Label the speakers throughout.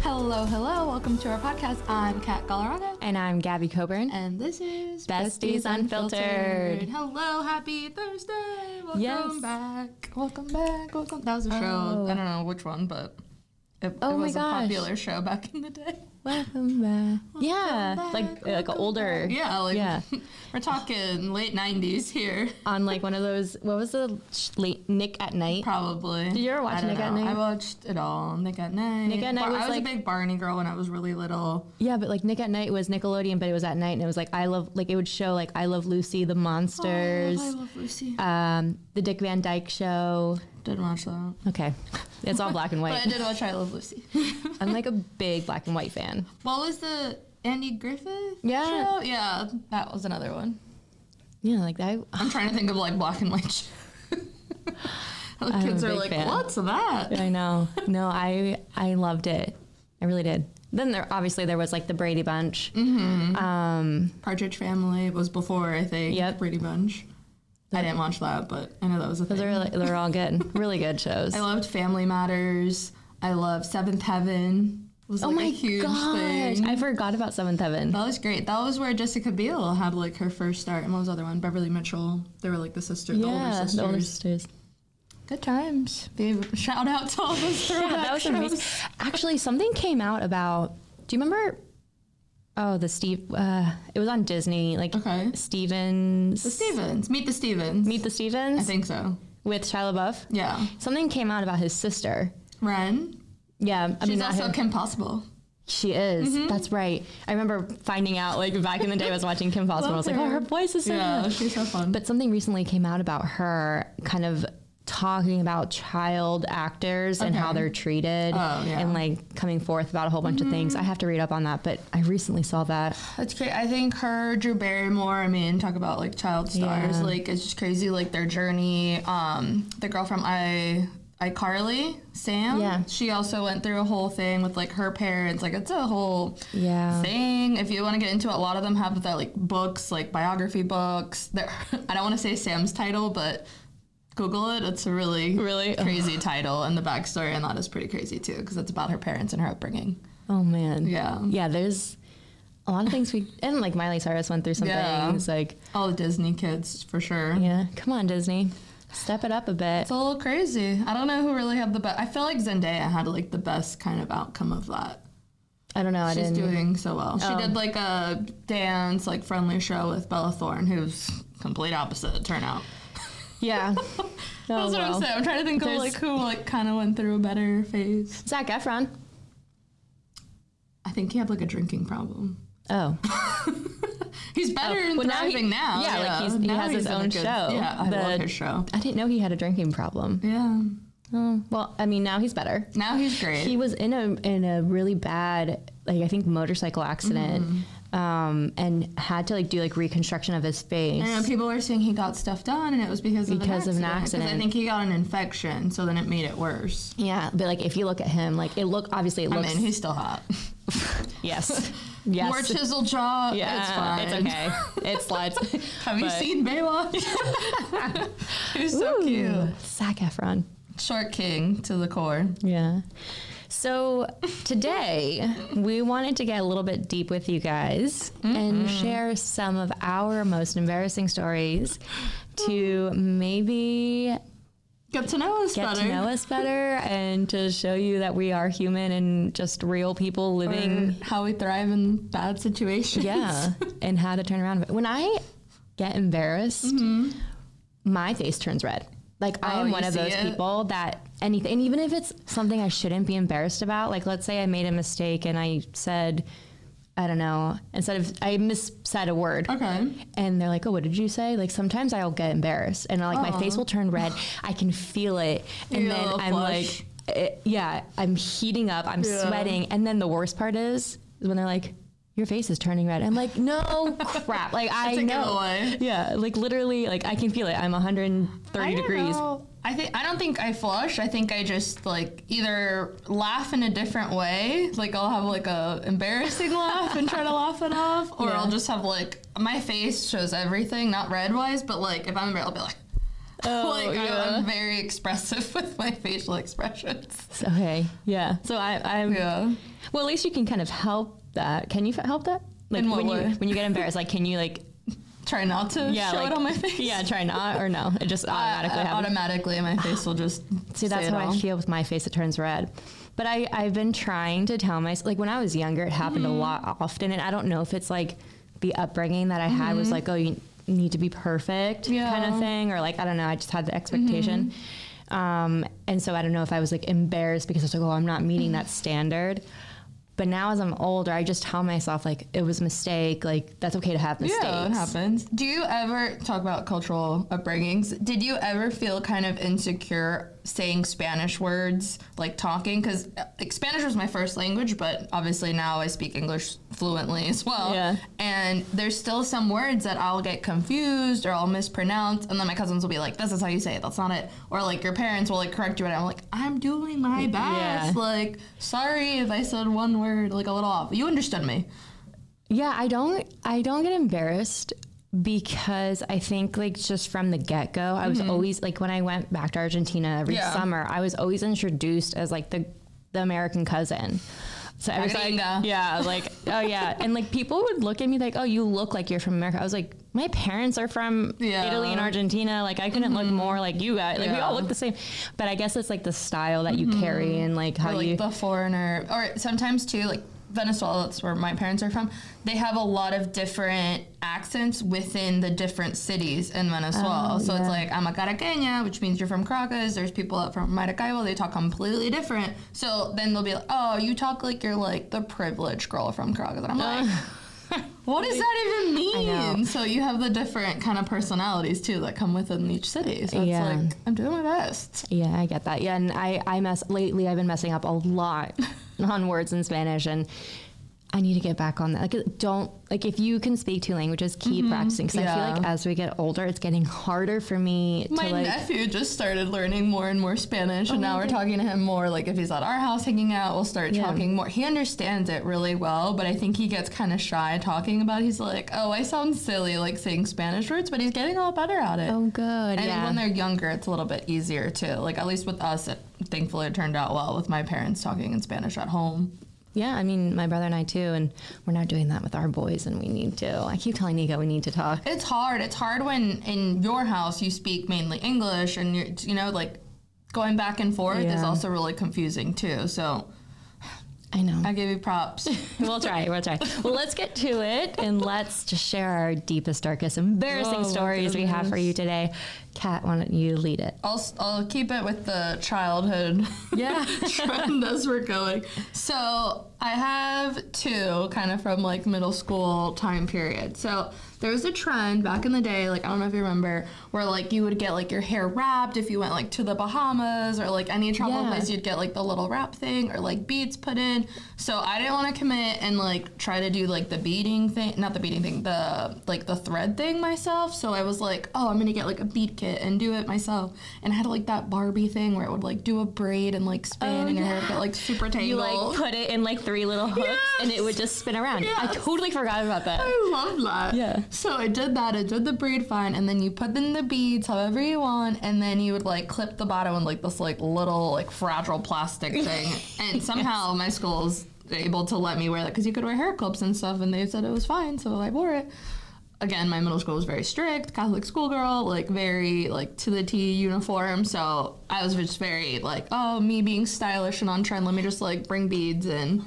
Speaker 1: Hello, hello. Welcome to our podcast. I'm Kat Galarraga,
Speaker 2: And I'm Gabby Coburn.
Speaker 1: and this is
Speaker 2: Besties Unfiltered.
Speaker 1: Hello, happy Thursday. Welcome
Speaker 2: Yes.
Speaker 1: back. Welcome back. Welcome. That was a show. I don't know which one, but it,
Speaker 2: Oh
Speaker 1: it
Speaker 2: my
Speaker 1: was
Speaker 2: gosh.
Speaker 1: a popular show back in the day.
Speaker 2: Welcome back. Yeah,
Speaker 1: Welcome
Speaker 2: like uh,
Speaker 1: back,
Speaker 2: like an
Speaker 1: welcome
Speaker 2: older.
Speaker 1: back. Yeah, like
Speaker 2: Yeah.
Speaker 1: we're talking late '90s here,
Speaker 2: On like one of those. What was the sh- late Nick at Night?
Speaker 1: probably. Did
Speaker 2: you ever watch Nick at Night?
Speaker 1: I watched it all. Nick at Night.
Speaker 2: Nick at Night
Speaker 1: Bar-
Speaker 2: was
Speaker 1: I was
Speaker 2: like-
Speaker 1: a big Barney girl when I was really little.
Speaker 2: Yeah, but like Nick at Night was Nickelodeon, but it was at night, and it was like I love like it would show like I Love Lucy, The Monsters,
Speaker 1: Oh, I love Lucy.
Speaker 2: um, the Dick Van Dyke Show.
Speaker 1: Didn't watch that.
Speaker 2: Okay, it's all black and
Speaker 1: But I
Speaker 2: white.
Speaker 1: did watch I Love Lucy.
Speaker 2: I'm like a big black and white fan.
Speaker 1: What was the Andy Griffith?
Speaker 2: Yeah.
Speaker 1: show? yeah, that was another one.
Speaker 2: Yeah, like that.
Speaker 1: I'm trying to think of like black and white. shows. The
Speaker 2: a
Speaker 1: kids are
Speaker 2: big
Speaker 1: like,
Speaker 2: fan.
Speaker 1: "What's that?"
Speaker 2: I know. No, I I loved it. I really did. Then there obviously there was like the Brady Bunch.
Speaker 1: Mm-hmm.
Speaker 2: Um,
Speaker 1: Partridge Family was before I think.
Speaker 2: Yep.
Speaker 1: Brady Bunch. I didn't watch that, but I know that was a thing.
Speaker 2: those are like, they're all good, really good shows.
Speaker 1: I loved Family Matters. I loved Seventh Heaven. Was
Speaker 2: Oh
Speaker 1: like
Speaker 2: my
Speaker 1: a huge
Speaker 2: gosh!
Speaker 1: thing.
Speaker 2: I forgot about Seventh Heaven.
Speaker 1: That was great. That was where Jessica Biel had like her first start. And what was the other one? Beverly Mitchell. They were like the sister, the older
Speaker 2: yeah,
Speaker 1: sisters.
Speaker 2: the older sisters.
Speaker 1: Good times. Babe, shout out to all those throwback
Speaker 2: Yeah, that was amazing.
Speaker 1: shows.
Speaker 2: Actually, something came out about. Do you remember? Oh, the Steve. Uh, it was on Disney. Like
Speaker 1: Okay.
Speaker 2: Stevens.
Speaker 1: The Stevens. Meet the Stevens.
Speaker 2: Meet the
Speaker 1: I
Speaker 2: Stevens
Speaker 1: think so.
Speaker 2: with Shia LaBeouf.
Speaker 1: Yeah.
Speaker 2: Something came out about his sister.
Speaker 1: Ren.
Speaker 2: Yeah, I mean,
Speaker 1: She's
Speaker 2: not
Speaker 1: also Mm-hmm.
Speaker 2: him.
Speaker 1: Kim Possible.
Speaker 2: She is. That's right. I remember finding out like back in the day, I was watching Kim Possible. and I was like, oh,
Speaker 1: her.
Speaker 2: her voice is so
Speaker 1: Yeah,
Speaker 2: good.
Speaker 1: she's so fun.
Speaker 2: But something recently came out about her kind of talking about child actors and how
Speaker 1: Okay.
Speaker 2: they're treated
Speaker 1: Oh, yeah. Mm-hmm.
Speaker 2: and like coming forth about a whole bunch of things. I have to read up on that, but I recently saw that.
Speaker 1: That's great. I think her, Drew Barrymore, I mean, talk about like child stars.
Speaker 2: Yeah.
Speaker 1: Like, it's just crazy, like their journey. Um, the girl from I. iCarly, Sam.
Speaker 2: Yeah.
Speaker 1: She also went through a whole thing with like her parents. Like it's a whole
Speaker 2: Yeah.
Speaker 1: thing. If you want to get into it, a lot of them have that like books, like biography books. They're, I don't want to say Sam's title, but Google it. It's a really,
Speaker 2: Really?
Speaker 1: crazy title, and the backstory and that is pretty crazy too, because it's about her parents and her upbringing.
Speaker 2: Oh man.
Speaker 1: Yeah.
Speaker 2: Yeah, there's a lot of things we and like Miley Cyrus went through some
Speaker 1: Yeah.
Speaker 2: things. Like,
Speaker 1: All the Disney kids for sure.
Speaker 2: yeah, come on, Disney. Step it up a bit.
Speaker 1: It's a little crazy. I don't know who really had the best. I feel like Zendaya had like the best kind of outcome of that.
Speaker 2: I don't know, I
Speaker 1: She's
Speaker 2: didn't
Speaker 1: doing so well.
Speaker 2: Oh.
Speaker 1: She did like a dance, like friendly show with Bella Thorne, who's complete opposite turnout.
Speaker 2: Yeah.
Speaker 1: That's what I'm saying. I'm trying to think
Speaker 2: There's-
Speaker 1: of like who like kind of went through a better phase.
Speaker 2: Zach Efron.
Speaker 1: I think he had like a drinking problem.
Speaker 2: Oh.
Speaker 1: He's better and
Speaker 2: well, now he-
Speaker 1: thriving now.
Speaker 2: yeah, like, he's- he has his
Speaker 1: in a
Speaker 2: own show.
Speaker 1: Yeah, I love
Speaker 2: The-
Speaker 1: his show.
Speaker 2: I didn't know he had a drinking problem.
Speaker 1: Yeah,
Speaker 2: Oh, well, I mean, now he's better.
Speaker 1: now he's great.
Speaker 2: He was in a in a really bad, like I think motorcycle accident,
Speaker 1: Mm-hmm.
Speaker 2: um, and had to like do like reconstruction of his face.
Speaker 1: I know people were saying he got stuff done, and it was because of
Speaker 2: Because of
Speaker 1: an
Speaker 2: an
Speaker 1: accident. 'cause I
Speaker 2: accident.
Speaker 1: think he got an infection, so then it made it worse.
Speaker 2: Yeah, but like if you look at him, like it look obviously it
Speaker 1: I
Speaker 2: looks
Speaker 1: mean, he's still hot.
Speaker 2: yes,
Speaker 1: More
Speaker 2: yes,
Speaker 1: chiseled jaw.
Speaker 2: yeah,
Speaker 1: it's fine.
Speaker 2: okay, it slides.
Speaker 1: Have you
Speaker 2: But-
Speaker 1: seen Baywatch? he's so cute.
Speaker 2: Zac Efron.
Speaker 1: Short king to the core.
Speaker 2: Yeah. So today we wanted to get a little bit deep with you guys and share some of our most embarrassing stories to maybe
Speaker 1: Get to know us
Speaker 2: get
Speaker 1: better.
Speaker 2: to know us better and to show you that we are human and just real people living.
Speaker 1: Or how we thrive in bad situations.
Speaker 2: Yeah. and how to turn around. When I get embarrassed, my face turns red. Like I
Speaker 1: Mm-hmm. Oh,
Speaker 2: am
Speaker 1: you
Speaker 2: one of
Speaker 1: see
Speaker 2: those
Speaker 1: it?
Speaker 2: people that anything, and even if it's something I shouldn't be embarrassed about, like let's say I made a mistake and I said, I don't know, instead of I mis said a word,
Speaker 1: Okay.
Speaker 2: and they're like, "Oh, what did you say?" Like sometimes I'll get embarrassed, and like my face will turn red. I can feel it, and
Speaker 1: Yeah,
Speaker 2: then
Speaker 1: little
Speaker 2: I'm
Speaker 1: flush.
Speaker 2: like, eh, "Yeah, I'm heating up. I'm
Speaker 1: Yeah.
Speaker 2: sweating." And then the worst part is is when they're like, "Your face is turning red." I'm like, "No crap! Like I
Speaker 1: It's a
Speaker 2: know,
Speaker 1: giveaway.
Speaker 2: yeah, like literally, like I can feel it. I'm 130
Speaker 1: I don't
Speaker 2: degrees."
Speaker 1: know. I think I don't think I flush. I think I just like either laugh in a different way, like I'll have like a embarrassing laugh and try to laugh it off, or
Speaker 2: Yeah.
Speaker 1: I'll just have like my face shows everything, not red wise, but like if I'm embarrassed, I'll be like, like
Speaker 2: Oh,
Speaker 1: um,
Speaker 2: yeah.
Speaker 1: I, am very expressive with my facial expressions.
Speaker 2: Okay. Yeah. So I, I'm.
Speaker 1: Yeah.
Speaker 2: Well, at least you can kind of help that. Can you f- help that? Like
Speaker 1: In what
Speaker 2: when you
Speaker 1: way?
Speaker 2: when you get embarrassed, like can you like
Speaker 1: Try not to
Speaker 2: yeah
Speaker 1: show
Speaker 2: like,
Speaker 1: it on my face.
Speaker 2: Yeah, try not or no. It just automatically
Speaker 1: Uh,
Speaker 2: happens.
Speaker 1: automatically, my face will just
Speaker 2: See, that's
Speaker 1: say it
Speaker 2: how
Speaker 1: all.
Speaker 2: I feel with my face. It turns red. But I, I've been trying to tell myself, like when I was younger, it happened
Speaker 1: Mm.
Speaker 2: a lot often. And I don't know if it's like the upbringing that I had was like, oh, you need to be perfect kind
Speaker 1: Mm-hmm. Yeah.
Speaker 2: of thing. Or like, I don't know, I just had the expectation.
Speaker 1: Mm-hmm.
Speaker 2: Um, and so I don't know if I was like embarrassed because I was like, oh, I'm not meeting that
Speaker 1: Mm.
Speaker 2: standard. But now as I'm older, I just tell myself, like, it was a mistake. Like, that's okay to have mistakes.
Speaker 1: Yeah, it happens. Do you ever talk about cultural upbringings? Did you ever feel kind of insecure saying Spanish words, like talking? Because like Spanish was my first language, but obviously now I speak English fluently as well.
Speaker 2: Yeah.
Speaker 1: And there's still some words that I'll get confused or I'll mispronounce, and then my cousins will be like, "This is how you say it. That's not it." Or like your parents will like correct you, and I'm like, "I'm doing my best. Like, sorry if I said one word like a little off. You understood me."
Speaker 2: Yeah, I don't I don't get embarrassed because I think like just from the get go, I was always like when I went back to Argentina every
Speaker 1: Mm-hmm. Yeah.
Speaker 2: summer, I was always introduced as like the the American cousin. So I was like,
Speaker 1: gringa.
Speaker 2: yeah, like oh yeah, and like people would look at me like, oh, you look like you're from America. I was like, my parents are from
Speaker 1: Yeah. Mm-hmm.
Speaker 2: Italy and Argentina. Like I couldn't look more like you guys. Like we all
Speaker 1: Yeah. Mm-hmm.
Speaker 2: look the same. But I guess it's like the style that you carry and like how
Speaker 1: or like
Speaker 2: you
Speaker 1: the foreigner or sometimes too like venezuela that's where my parents are from they have a lot of different accents within the different cities in venezuela
Speaker 2: Oh,
Speaker 1: so it's
Speaker 2: yeah.
Speaker 1: like i'm a caraqueña which means you're from caracas there's people that from maracaibo they talk completely different so then they'll be like oh you talk like you're like the privileged girl from caracas and i'm like what does that even
Speaker 2: know.
Speaker 1: mean so you have the different kind of personalities too that come within each city so it's
Speaker 2: Yeah.
Speaker 1: like i'm doing my best
Speaker 2: Yeah, I get that. Yeah, and I, I mess lately. I've been messing up a lot on words in Spanish, and I need to get back on that. Like, don't like if you can speak two languages, keep practicing. Because I feel like
Speaker 1: Mm-hmm. Yeah.
Speaker 2: as we get older, it's getting harder for me
Speaker 1: My
Speaker 2: to like.
Speaker 1: nephew just started learning more and more Spanish, and now we're talking to him more. Like if he's at our house hanging out, we'll start
Speaker 2: Yeah.
Speaker 1: talking more. He understands it really well, but I think he gets kind of shy talking about. it. He's like, "Oh, I sound silly like saying Spanish words," but he's getting a lot better at it.
Speaker 2: oh, good.
Speaker 1: And
Speaker 2: yeah.
Speaker 1: when they're younger, it's a little bit easier too. Like at least with us, it, thankfully it turned out well with my parents talking in Spanish at home.
Speaker 2: yeah, I mean, my brother and I too, and we're not doing that with our boys, and we need to. I keep telling Nico we need to talk.
Speaker 1: It's hard. It's hard when in your house you speak mainly English and you're, you know, like going back and forth is
Speaker 2: Yeah.
Speaker 1: also really confusing too. So
Speaker 2: I know.
Speaker 1: I give you props.
Speaker 2: we'll try. We'll try. Well, let's get to it and let's just share our deepest, darkest, embarrassing
Speaker 1: Oh, my
Speaker 2: stories we have for you today. Kat, why don't you lead it?
Speaker 1: I'll, I'll keep it with the childhood
Speaker 2: Yeah.
Speaker 1: trend as we're going. So I have two kind of from like middle school time period. So there was a trend back in the day, like I don't know if you remember, where like you would get like your hair wrapped if you went like to the Bahamas or like any travel
Speaker 2: Yeah.
Speaker 1: place, you'd get like the little wrap thing or like beads put in. So I didn't want to commit and like try to do like the beading thing, not the beading thing, the like the thread thing myself. So I was like, oh, I'm gonna get like a bead kit and do it myself. And I had like that Barbie thing where it would like do a braid and like spin
Speaker 2: Oh,
Speaker 1: and your hair
Speaker 2: yeah.
Speaker 1: would get like super tangled.
Speaker 2: You like put it in like three little hooks and it would just spin around. I
Speaker 1: Yes.
Speaker 2: totally forgot about that.
Speaker 1: I love that.
Speaker 2: Yeah.
Speaker 1: So I did that. I did the braid fine, and then you put in the beads however you want, and then you would like clip the bottom with like this like little like fragile plastic thing. and somehow my school's able to let me wear that because you could wear hair clips and stuff, and they said it was fine, so I wore it. Again, my middle school was very strict, Catholic schoolgirl, like very like to the T uniform. So I was just very like, oh, me being stylish and on trend. Let me just like bring beads and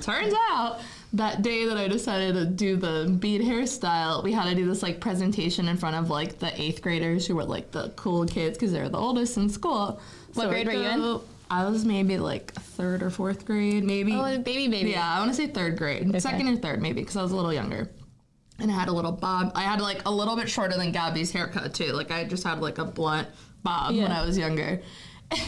Speaker 1: Turns out that day that I decided to do the bead hairstyle, we had to do this like presentation in front of like the eighth graders who were like the cool kids because they were the oldest in school. What
Speaker 2: grade were you in?
Speaker 1: I was maybe like third or fourth grade, maybe.
Speaker 2: Oh, baby, baby.
Speaker 1: Yeah, I want to say third grade, second or third maybe, because I was a little younger. And I had a little bob. I had like a little bit shorter than Gabby's haircut too. Like I just had like a blunt bob when
Speaker 2: Yeah.
Speaker 1: I was younger.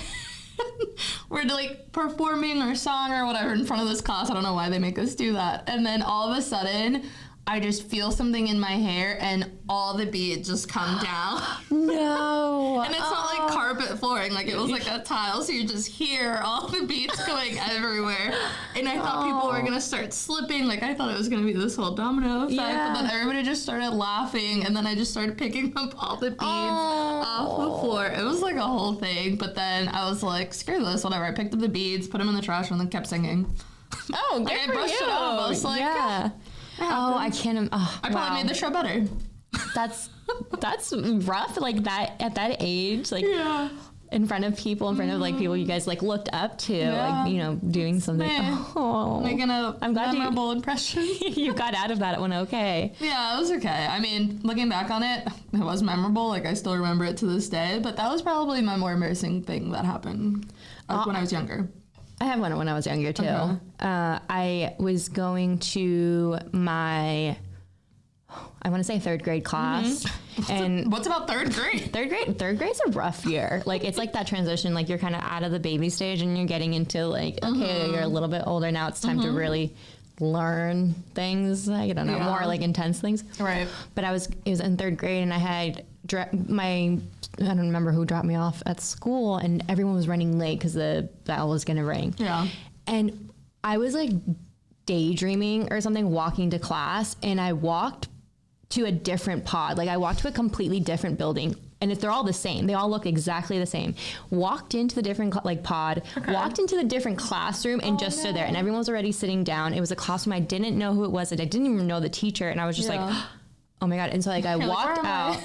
Speaker 1: We're like performing our song or whatever in front of this class. I don't know why they make us do that. And then all of a sudden, I just feel something in my hair and all the beads just come down.
Speaker 2: No.
Speaker 1: And it's not
Speaker 2: Oh.
Speaker 1: like carpet flooring, like it was like a tile, so you just hear all the beads going everywhere. And I thought people
Speaker 2: Oh.
Speaker 1: were gonna start slipping, like I thought it was gonna be this whole domino effect,
Speaker 2: Yeah.
Speaker 1: but then everybody just started laughing, and then I just started picking up all the beads off
Speaker 2: Oh.
Speaker 1: the floor. It was like a whole thing, but then I was like, screw this, whatever. I picked up the beads, put them in the trash, and then kept singing.
Speaker 2: oh, good
Speaker 1: I
Speaker 2: for
Speaker 1: brushed it
Speaker 2: you.
Speaker 1: off. I was like,
Speaker 2: yeah. Oh, I can't. im- Oh,
Speaker 1: I probably
Speaker 2: wow.
Speaker 1: made the show better.
Speaker 2: That's that's rough. Like that at that age, like
Speaker 1: Yeah.
Speaker 2: in front of people, in front of like people you guys like looked up to,
Speaker 1: Yeah.
Speaker 2: like you know, doing something.
Speaker 1: meh.
Speaker 2: Oh,
Speaker 1: Making a
Speaker 2: I'm glad you-
Speaker 1: memorable impression.
Speaker 2: you got out of that one okay.
Speaker 1: Yeah, it was okay. I mean, looking back on it, it was memorable. Like I still remember it to this day. But that was probably my more embarrassing thing that happened
Speaker 2: Uh,
Speaker 1: like, when I was younger.
Speaker 2: I had one when I was younger too.
Speaker 1: Okay.
Speaker 2: Uh, I was going to my, I want to say third grade class, and
Speaker 1: What's about third grade?
Speaker 2: third grade third grade's a rough year. Like it's like that transition. Like you're kind of out of the baby stage and you're getting into like okay,
Speaker 1: Mm-hmm.
Speaker 2: you're a little bit older now. It's time to really learn things. I don't know
Speaker 1: Yeah.
Speaker 2: more like intense things.
Speaker 1: Right.
Speaker 2: But I was it was in third grade, and I had dra- my I don't remember who dropped me off at school, and everyone was running late because the bell was gonna ring.
Speaker 1: Yeah.
Speaker 2: And I was like daydreaming or something, walking to class, and I walked to a different pod. Like I walked to a completely different building. And if they're all the same, they all look exactly the same. Walked into the different cl- like pod, walked into the different classroom,
Speaker 1: Oh,
Speaker 2: and just stood there. And everyone was already sitting down. It was a classroom I didn't know who it was, and I didn't even know the teacher. And I was just
Speaker 1: Yeah.
Speaker 2: like, oh my god! And so like I
Speaker 1: like,
Speaker 2: walked
Speaker 1: "Where am I?"
Speaker 2: out,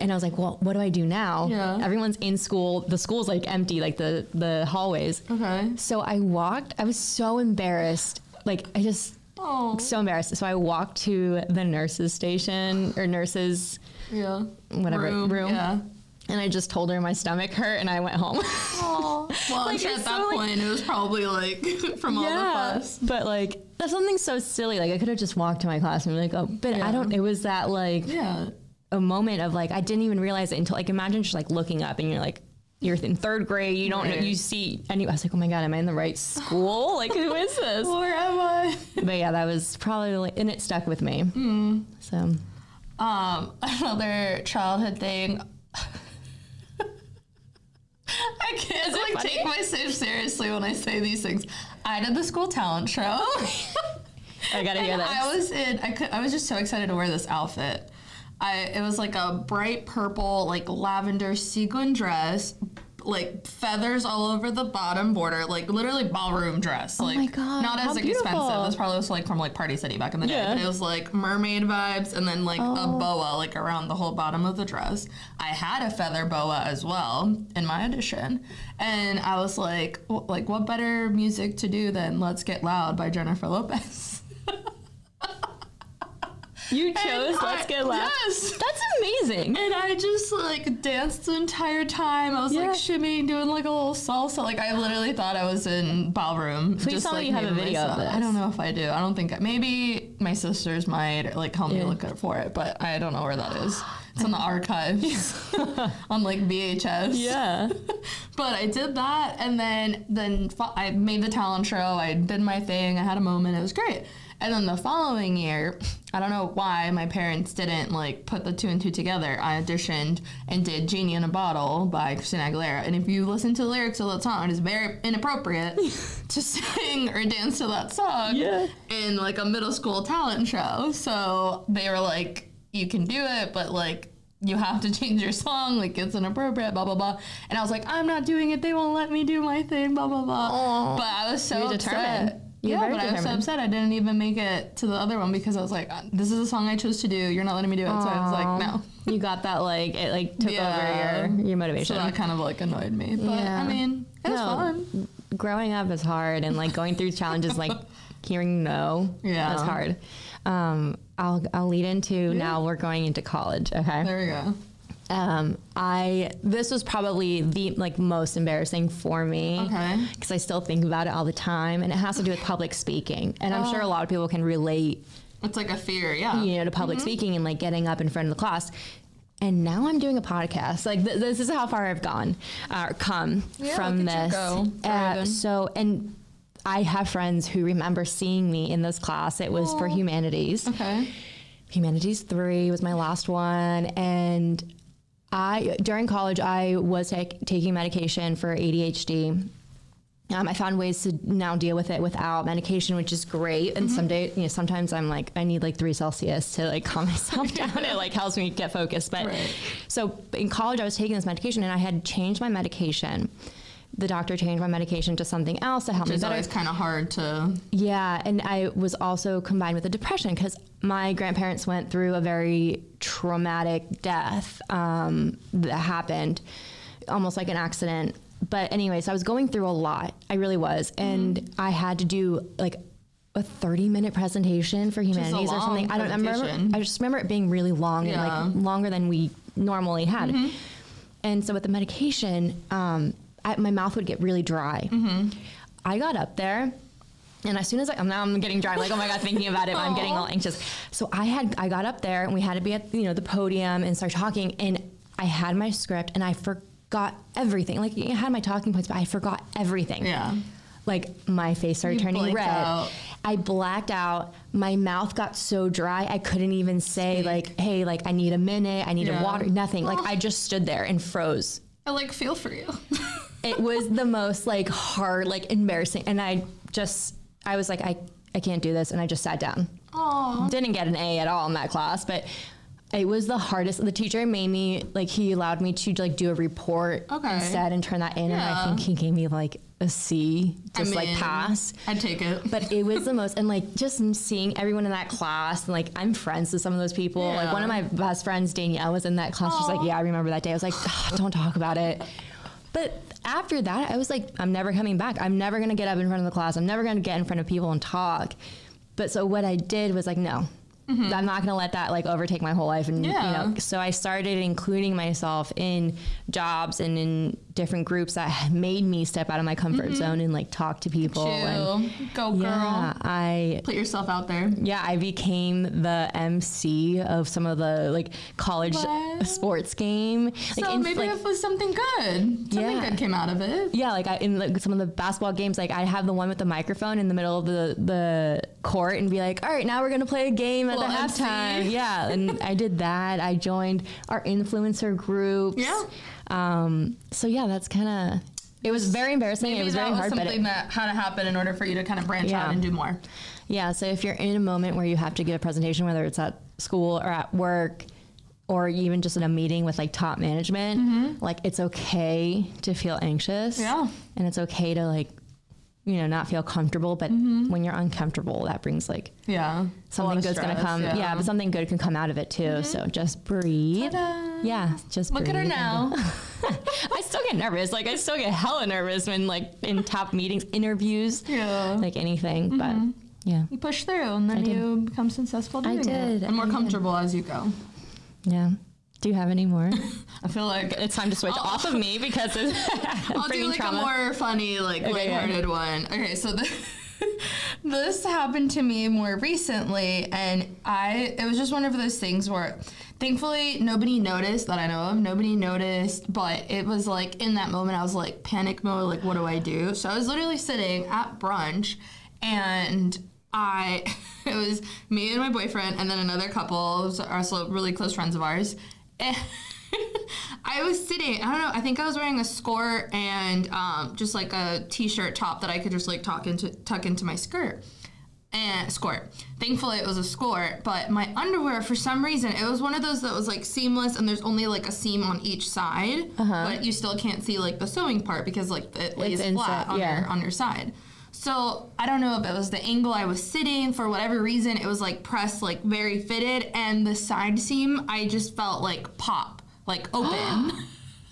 Speaker 2: and I was like, well, what do I do now?
Speaker 1: Yeah.
Speaker 2: Everyone's in school. The school's like empty, like the the hallways.
Speaker 1: Okay.
Speaker 2: So I walked. I was so embarrassed. Like I just
Speaker 1: Oh.
Speaker 2: so embarrassed. So I walked to the nurses station or nurses
Speaker 1: Yeah.
Speaker 2: whatever room.
Speaker 1: Yeah.
Speaker 2: And I just told her my stomach hurt and I went home.
Speaker 1: Well,
Speaker 2: Like,
Speaker 1: at
Speaker 2: it's
Speaker 1: that
Speaker 2: so, like-
Speaker 1: point, it was probably like from all the fuss.
Speaker 2: But like that's something so silly. Like I could have just walked to my classroom like oh but
Speaker 1: Yeah.
Speaker 2: I don't it was that like
Speaker 1: Yeah.
Speaker 2: a moment of like I didn't even realize it until like imagine just like looking up and you're like you're in third grade, you don't know
Speaker 1: Right.
Speaker 2: you see any I was like, Oh my god, am I in the right school? Like who is this?
Speaker 1: Where am I?
Speaker 2: but yeah, that was probably like, and it stuck with me.
Speaker 1: Hmm.
Speaker 2: So
Speaker 1: Um, another childhood thing. I can't like
Speaker 2: funny?
Speaker 1: take myself seriously when I say these things. I did the school talent show.
Speaker 2: I gotta hear
Speaker 1: And
Speaker 2: this.
Speaker 1: I was in. I could. I was just so excited to wear this outfit. I. It was like a bright purple, like lavender sequin dress, like feathers all over the bottom border, like literally ballroom dress. Like
Speaker 2: Oh my God,
Speaker 1: not
Speaker 2: how
Speaker 1: as like,
Speaker 2: beautiful.
Speaker 1: expensive. It was probably was like from like Party City back in the day.
Speaker 2: Yeah. Oh.
Speaker 1: But it was like mermaid vibes, and then like a boa like around the whole bottom of the dress. I had a feather boa as well in my audition, and I was like, w- like what better music to do than "Let's Get Loud" by Jennifer Lopez.
Speaker 2: You chose
Speaker 1: I-
Speaker 2: Let's Get Loud.
Speaker 1: Yes.
Speaker 2: That's amazing.
Speaker 1: And I just like danced the entire time. I was
Speaker 2: Yeah.
Speaker 1: like shimmying, doing like a little salsa. Like I literally thought I was in ballroom. Please
Speaker 2: tell me
Speaker 1: like,
Speaker 2: you have a
Speaker 1: moving
Speaker 2: video of
Speaker 1: myself.
Speaker 2: this.
Speaker 1: I don't know if I do. I don't think I, maybe my sisters might like help me look up for it, but I don't know where that is. It's in the archives on like VHS.
Speaker 2: Yeah.
Speaker 1: But I did that, and then then fo- I made the talent show. I did my thing. I had a moment. It was great. And then the following year, I don't know why my parents didn't like put the two and two together. I auditioned and did "Genie in a Bottle" by Christina Aguilera. And if you listen to the lyrics of that song, it is very inappropriate to sing or dance to that song
Speaker 2: Yeah.
Speaker 1: in like a middle school talent show. So they were like, you can do it, but like, you have to change your song. Like, it's inappropriate, blah, blah, blah. And I was like, I'm not doing it. They won't let me do my thing, blah, blah, blah.
Speaker 2: Aw.
Speaker 1: But I was so
Speaker 2: You're
Speaker 1: upset.
Speaker 2: determined. You're
Speaker 1: yeah,
Speaker 2: very
Speaker 1: but I was so
Speaker 2: determined.
Speaker 1: upset I didn't even make it to the other one because I was like, "Uh, this is a song I chose to do. You're not letting me do it. So I was like, no.
Speaker 2: You got that like it like took
Speaker 1: Yeah.
Speaker 2: over your your
Speaker 1: So
Speaker 2: motivation.
Speaker 1: that kind of like annoyed me. But
Speaker 2: Yeah.
Speaker 1: I mean, it was
Speaker 2: No.
Speaker 1: fun.
Speaker 2: Growing up is hard and like going through challenges like hearing no
Speaker 1: Yeah.
Speaker 2: is hard. Um I'll I'll lead into now we're going into college, okay?
Speaker 1: There we go.
Speaker 2: Um I this was probably the like most embarrassing for me.
Speaker 1: Okay.
Speaker 2: Because I still think about it all the time and it has to do with public speaking. And I'm sure
Speaker 1: Oh.
Speaker 2: a lot of people can relate
Speaker 1: It's like a fear, yeah. Mm-hmm.
Speaker 2: you know, to public speaking and like getting up in front of the class. And now I'm doing a podcast. Like th- this is how far I've gone, uh, come
Speaker 1: Yeah,
Speaker 2: from
Speaker 1: look at you
Speaker 2: this.
Speaker 1: go,
Speaker 2: Uh,
Speaker 1: thriving.
Speaker 2: so and I have friends who remember seeing me in this class. It was for humanities.
Speaker 1: Okay.
Speaker 2: Humanities 3 was my last one. And I, during college, I was tak taking medication for ADHD. Um, I found ways to now deal with it without medication, which is great.
Speaker 1: Mm-hmm.
Speaker 2: And someday, you know, sometimes I'm like, I need like three Celsius to like calm myself down. It like helps me get focused. But
Speaker 1: Right.
Speaker 2: so in college, I was taking this medication and I had changed my medication. The doctor changed my medication to something else to help me
Speaker 1: It's
Speaker 2: better.
Speaker 1: always kind of hard to.
Speaker 2: Yeah, and I was also combined with a depression because my grandparents went through a very traumatic death um, that happened, almost like an accident. But anyway, so I was going through a lot. I really was,
Speaker 1: Mm-hmm.
Speaker 2: and I had to do like a thirty-minute presentation for humanities or
Speaker 1: long
Speaker 2: something. I don't I
Speaker 1: presentation.
Speaker 2: remember. I just remember it being really long
Speaker 1: Yeah.
Speaker 2: and like longer than we normally had.
Speaker 1: Mm-hmm.
Speaker 2: And so with the medication, um, I, my mouth would get really dry.
Speaker 1: Mm-hmm.
Speaker 2: I got up there, and as soon as I, now I'm getting dry. I'm like, oh my god, thinking about it, I'm getting all anxious. So I had, I got up there, and we had to be at you know the podium and start talking. And I had my script, and I forgot everything. Like I had my talking points, but I forgot everything.
Speaker 1: Yeah.
Speaker 2: Like my face started
Speaker 1: You
Speaker 2: turning
Speaker 1: blanked
Speaker 2: red.
Speaker 1: out.
Speaker 2: I blacked out. My mouth got so dry I couldn't even say
Speaker 1: Speak.
Speaker 2: like, "Hey, like I need a minute. I need
Speaker 1: Yeah.
Speaker 2: a water." Nothing. Like
Speaker 1: Oh.
Speaker 2: I just stood there and froze.
Speaker 1: I like feel for you.
Speaker 2: It was the most like hard, like embarrassing. And I just, I was like, I, I can't do this, and I just sat down.
Speaker 1: Aw.
Speaker 2: Didn't get an A at all in that class, but it was the hardest. The teacher made me like he allowed me to like do a report
Speaker 1: Okay.
Speaker 2: instead and turn that in, and I
Speaker 1: Yeah.
Speaker 2: think he gave me like a C, just like
Speaker 1: mean,
Speaker 2: pass.
Speaker 1: I take it.
Speaker 2: But it was the most, and like just seeing everyone in that class, and like I'm friends with some of those people. Like
Speaker 1: Yeah.
Speaker 2: one of my best friends, Danielle, was in that class. She's like,
Speaker 1: Aw.
Speaker 2: "Yeah, I remember that day." I was like, "Ah, "Don't talk about it." But after that, I was like, "I'm never coming back. I'm never gonna get up in front of the class. I'm never gonna get in front of people and talk." But so what I did was like, "No, I'm not gonna let that like overtake my whole life." And
Speaker 1: Mm-hmm. Yeah.
Speaker 2: you know, so I started including myself in jobs and in different groups that made me step out of my comfort zone and like talk to people and.
Speaker 1: Mm-hmm. Chill. Go, girl.
Speaker 2: Yeah, I
Speaker 1: Put yourself out there.
Speaker 2: yeah, I became the MC of some of the like college
Speaker 1: Wow.
Speaker 2: sports game. Like,
Speaker 1: So
Speaker 2: in-
Speaker 1: maybe
Speaker 2: like,
Speaker 1: it was something good. Something
Speaker 2: Yeah.
Speaker 1: good came out of it.
Speaker 2: yeah, like I, in like, some of the basketball games, like I have the one with the microphone in the middle of the, the court and be like, all right, now we're gonna play a game at the
Speaker 1: Little MC.
Speaker 2: halftime. Yeah, and I did that. I joined our influencer groups.
Speaker 1: Yeah.
Speaker 2: Um. So yeah, that's kind of. It was very embarrassing.
Speaker 1: Maybe
Speaker 2: it was
Speaker 1: that
Speaker 2: very
Speaker 1: was
Speaker 2: hard, but
Speaker 1: something
Speaker 2: it,
Speaker 1: that had to happen in order for you to kind of branch
Speaker 2: Yeah.
Speaker 1: out and do more.
Speaker 2: Yeah, so if you're in a moment where you have to give a presentation, whether it's at school or at work, or even just in a meeting with like top management, like it's okay to feel anxious.
Speaker 1: Mm-hmm. Yeah.
Speaker 2: And it's okay to like, you know, not feel comfortable. But
Speaker 1: Mm-hmm.
Speaker 2: when you're uncomfortable, that brings like
Speaker 1: Yeah.
Speaker 2: something good's gonna come. Yeah. but something good can come out of it too. So just breathe.
Speaker 1: Mm-hmm. Ta-da.
Speaker 2: Yeah, just
Speaker 1: uh, Look at her
Speaker 2: breathe.
Speaker 1: now.
Speaker 2: I still get nervous. Like I still get hella nervous when like in top meetings, interviews,
Speaker 1: Yeah. Mm-hmm.
Speaker 2: like anything. But yeah,
Speaker 1: you push through and then
Speaker 2: did.
Speaker 1: you become successful doing it.
Speaker 2: did,
Speaker 1: And more
Speaker 2: I did.
Speaker 1: comfortable as you go.
Speaker 2: yeah. Do you have any more?
Speaker 1: I feel like
Speaker 2: It's time to switch off of me because it's
Speaker 1: I'll do
Speaker 2: bringing
Speaker 1: like
Speaker 2: trauma.
Speaker 1: a more funny, like
Speaker 2: Okay, yeah.
Speaker 1: lighthearted one. Okay, so the, this happened to me more recently, and I it was just one of those things where, thankfully, nobody noticed that I know of. Nobody noticed, but it was like in that moment I was like panic mode, like what do I do? So I was literally sitting at brunch, and I it was me and my boyfriend, and then another couple, who's also really close friends of ours. And I was sitting. I don't know. I think I was wearing a skirt and um, just like a t-shirt top that I could just like tuck into tuck into my skirt and skirt. Eh, Thankfully, it was a skirt, but my underwear for some reason it was one of those that was like seamless and there's only like a seam on each side, but you still can't see like the sewing part because like it lays
Speaker 2: Uh-huh. It's
Speaker 1: flat
Speaker 2: inset-
Speaker 1: on
Speaker 2: yeah.
Speaker 1: your on your side. So I don't know if it was the angle I was sitting for whatever reason it was like pressed like very fitted and the side seam I just felt like pop like open.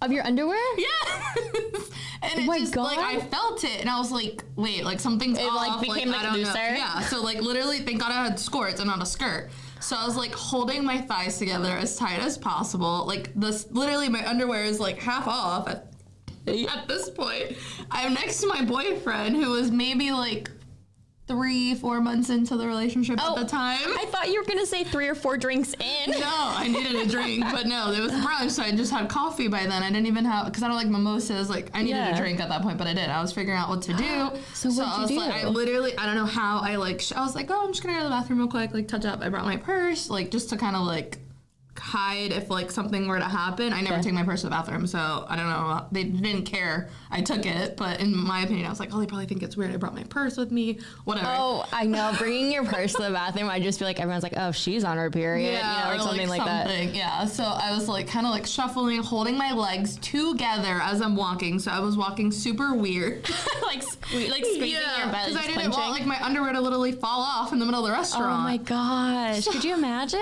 Speaker 2: of your underwear.
Speaker 1: Yes. and it
Speaker 2: Oh my
Speaker 1: just like
Speaker 2: God.
Speaker 1: I felt it, and I was like, wait, like something's
Speaker 2: It,
Speaker 1: off.
Speaker 2: like, became,
Speaker 1: I
Speaker 2: like,
Speaker 1: don't know.
Speaker 2: looser?
Speaker 1: Yeah. So like literally, thank God I had skirts and not a skirt. So I was like holding my thighs together as tight as possible. Like this, literally, my underwear is like half off at, at this point. I'm next to my boyfriend who was maybe like three, four months into the relationship
Speaker 3: Oh.
Speaker 1: at the time.
Speaker 3: I thought you were gonna say three or four drinks in.
Speaker 1: No, I needed a drink, but no, it was brunch, so I just had coffee by then. I didn't even have because I don't like mimosas. Like I needed
Speaker 2: Yeah.
Speaker 1: a drink at that point, but I did. I was figuring out what to do.
Speaker 2: So what'd
Speaker 1: I
Speaker 2: you
Speaker 1: was
Speaker 2: do?
Speaker 1: like, I literally, I don't know how I like. Sh- I was like, oh, I'm just gonna go to the bathroom real quick, like touch up. I brought my purse, like just to kind of like hide if like something were to happen. I never
Speaker 2: Okay.
Speaker 1: take my purse to the bathroom, so I don't know. They didn't care. I took it, but in my opinion, I was like, oh, they probably think it's weird. I brought my purse with me. Whatever.
Speaker 2: Oh, I know. Bringing your purse to the bathroom, I just feel like everyone's like, "Oh, she's on her period," you know, or, something like, that.
Speaker 1: something. Yeah. So I was like kind of like shuffling, holding my legs together as I'm walking. So I was walking super weird.
Speaker 3: like sque- like squeezing your butt,
Speaker 1: because
Speaker 3: just
Speaker 1: I didn't
Speaker 3: clenching.
Speaker 1: want like my underwear to literally fall off in the middle of the
Speaker 2: Oh
Speaker 1: restaurant.
Speaker 2: my gosh! Could you imagine?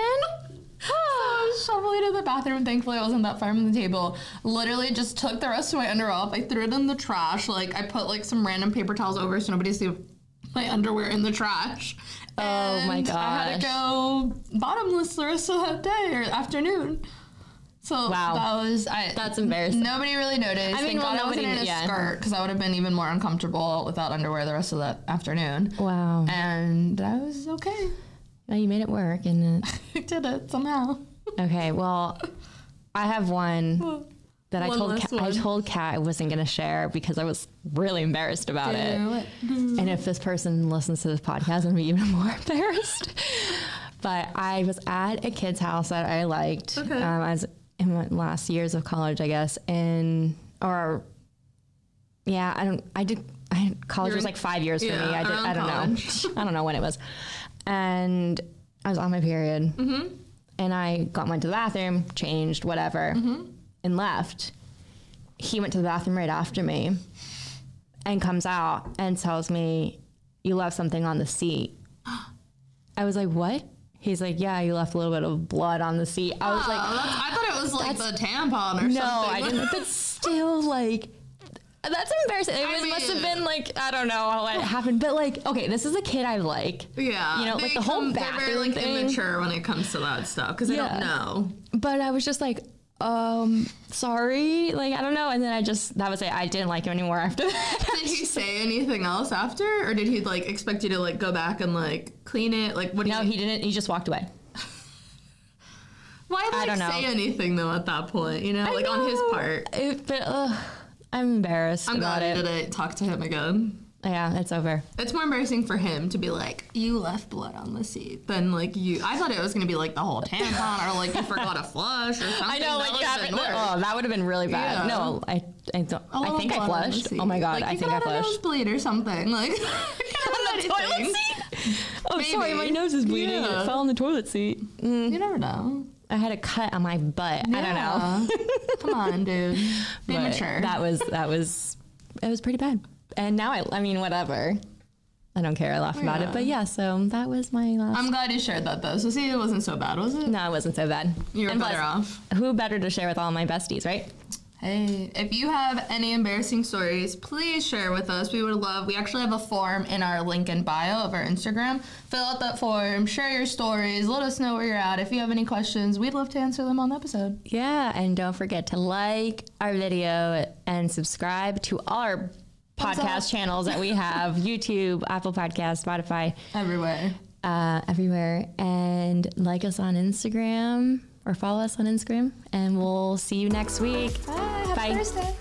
Speaker 1: So I was shuffling to the bathroom. Thankfully, I wasn't that far from the table. Literally, just took the rest of my underwear off. I threw it in the trash. Like I put like some random paper towels over so nobody see my underwear in the trash.
Speaker 2: Oh my
Speaker 1: And I had to go bottomless the rest of that day or afternoon. So
Speaker 2: Wow.
Speaker 1: that was I,
Speaker 2: That's embarrassing.
Speaker 1: Nobody really noticed. I mean,
Speaker 2: well,
Speaker 1: I wasn't
Speaker 2: nobody
Speaker 1: in a
Speaker 2: kn- yeah.
Speaker 1: skirt because I would have been even more uncomfortable without underwear the rest of that afternoon.
Speaker 2: Wow.
Speaker 1: And I was okay.
Speaker 2: Well, you made it work, and it,
Speaker 1: I did it somehow.
Speaker 2: okay. Well, I have one that I
Speaker 1: One
Speaker 2: told
Speaker 1: last
Speaker 2: Kat, I
Speaker 1: one.
Speaker 2: told Kat I wasn't going to share because I was really embarrassed about it.
Speaker 1: Mm-hmm.
Speaker 2: And if this person listens to this podcast, I'm gonna be even more embarrassed. But I was at a kid's house that I liked.
Speaker 1: Okay.
Speaker 2: Um, I was in my last years of college, I guess, and or yeah, I don't. I did. I college
Speaker 1: You're
Speaker 2: was
Speaker 1: in-
Speaker 2: like five years for
Speaker 1: yeah,
Speaker 2: me. I did. I
Speaker 1: around
Speaker 2: don't
Speaker 1: college.
Speaker 2: know. I don't know when it was, and I was on my period,
Speaker 1: Mm-hmm.
Speaker 2: and I got went to the bathroom, changed, whatever,
Speaker 1: Mm-hmm.
Speaker 2: and left. He went to the bathroom right after me and comes out and tells me, You left something on the seat. I was like, What? He's like, Yeah, you left a little bit of blood on the seat. I was like,
Speaker 1: Oh, that's, I thought it was like the tampon or something.
Speaker 2: No, I didn't. But still, like, that's embarrassing. It
Speaker 1: I
Speaker 2: was- must have
Speaker 1: mean-
Speaker 2: been like, I don't know how it happened. But, like, okay, this is a kid I like.
Speaker 1: Yeah,
Speaker 2: You know, like the whole
Speaker 1: they're very,
Speaker 2: bathroom
Speaker 1: like
Speaker 2: thing.
Speaker 1: immature when it comes to that stuff because
Speaker 2: Yeah.
Speaker 1: I don't know.
Speaker 2: But I was just like, um, sorry. Like, I don't know. And then I just, that was it. I didn't like him anymore after that.
Speaker 1: Did he say anything else after, or did he like expect you to like go back and like clean it? Like what?
Speaker 2: no,
Speaker 1: did
Speaker 2: he didn't. He just walked away.
Speaker 1: Why like,
Speaker 2: don't know.
Speaker 1: say anything though at that point? You know, Oh, like on his
Speaker 2: know.
Speaker 1: part.
Speaker 2: It, but ugh, I'm embarrassed
Speaker 1: I'm
Speaker 2: about
Speaker 1: glad
Speaker 2: it.
Speaker 1: you didn't talk to him again.
Speaker 2: Yeah, it's over.
Speaker 1: It's more embarrassing for him to be like, "You left blood on the seat," than like you. I thought it was gonna be like the whole tampon or like you forgot a flush or something.
Speaker 2: I know, like
Speaker 1: would've
Speaker 2: that.
Speaker 1: been worse.
Speaker 2: oh, that would have been really bad.
Speaker 1: Yeah.
Speaker 2: No, I, I don't.
Speaker 1: A
Speaker 2: I
Speaker 1: little
Speaker 2: think I
Speaker 1: blood on the
Speaker 2: flushed.
Speaker 1: seat.
Speaker 2: Oh my god,
Speaker 1: Like,
Speaker 2: I
Speaker 1: you
Speaker 2: think I
Speaker 1: could have had a
Speaker 2: flushed.
Speaker 1: nosebleed or something. Like
Speaker 2: On the toilet seat. Oh, sorry, my
Speaker 1: Maybe.
Speaker 2: nose is bleeding. It
Speaker 1: Yeah.
Speaker 2: fell on the toilet seat.
Speaker 1: You never know.
Speaker 2: I had a cut on my butt. I don't know.
Speaker 1: know. Come on, dude. Be
Speaker 2: But
Speaker 1: mature.
Speaker 2: That was that was it was pretty bad. And now I, I mean, whatever. I don't care. I laugh about it.
Speaker 1: Yeah.
Speaker 2: But yeah, so that was my last.
Speaker 1: I'm glad you shared that though. So see, it wasn't so bad, was it?
Speaker 2: no, it wasn't so bad.
Speaker 1: You were
Speaker 2: And
Speaker 1: better off.
Speaker 2: Who better to share with all my besties, right?
Speaker 1: Hey, if you have any embarrassing stories, please share with us. We would love. We actually have a form in our link in bio of our Instagram. Fill out that form, share your stories, let us know where you're at. If you have any questions, we'd love to answer them on the episode.
Speaker 2: Yeah, and don't forget to like our video and subscribe to all our
Speaker 1: Thumbs
Speaker 2: podcast
Speaker 1: up.
Speaker 2: channels that we have YouTube, Apple Podcast, Spotify,
Speaker 1: Everywhere.
Speaker 2: uh, everywhere. And like us on Instagram or follow us on Instagram. And we'll see you next week.
Speaker 1: Bye. Happy
Speaker 2: Bye.
Speaker 1: Thursday.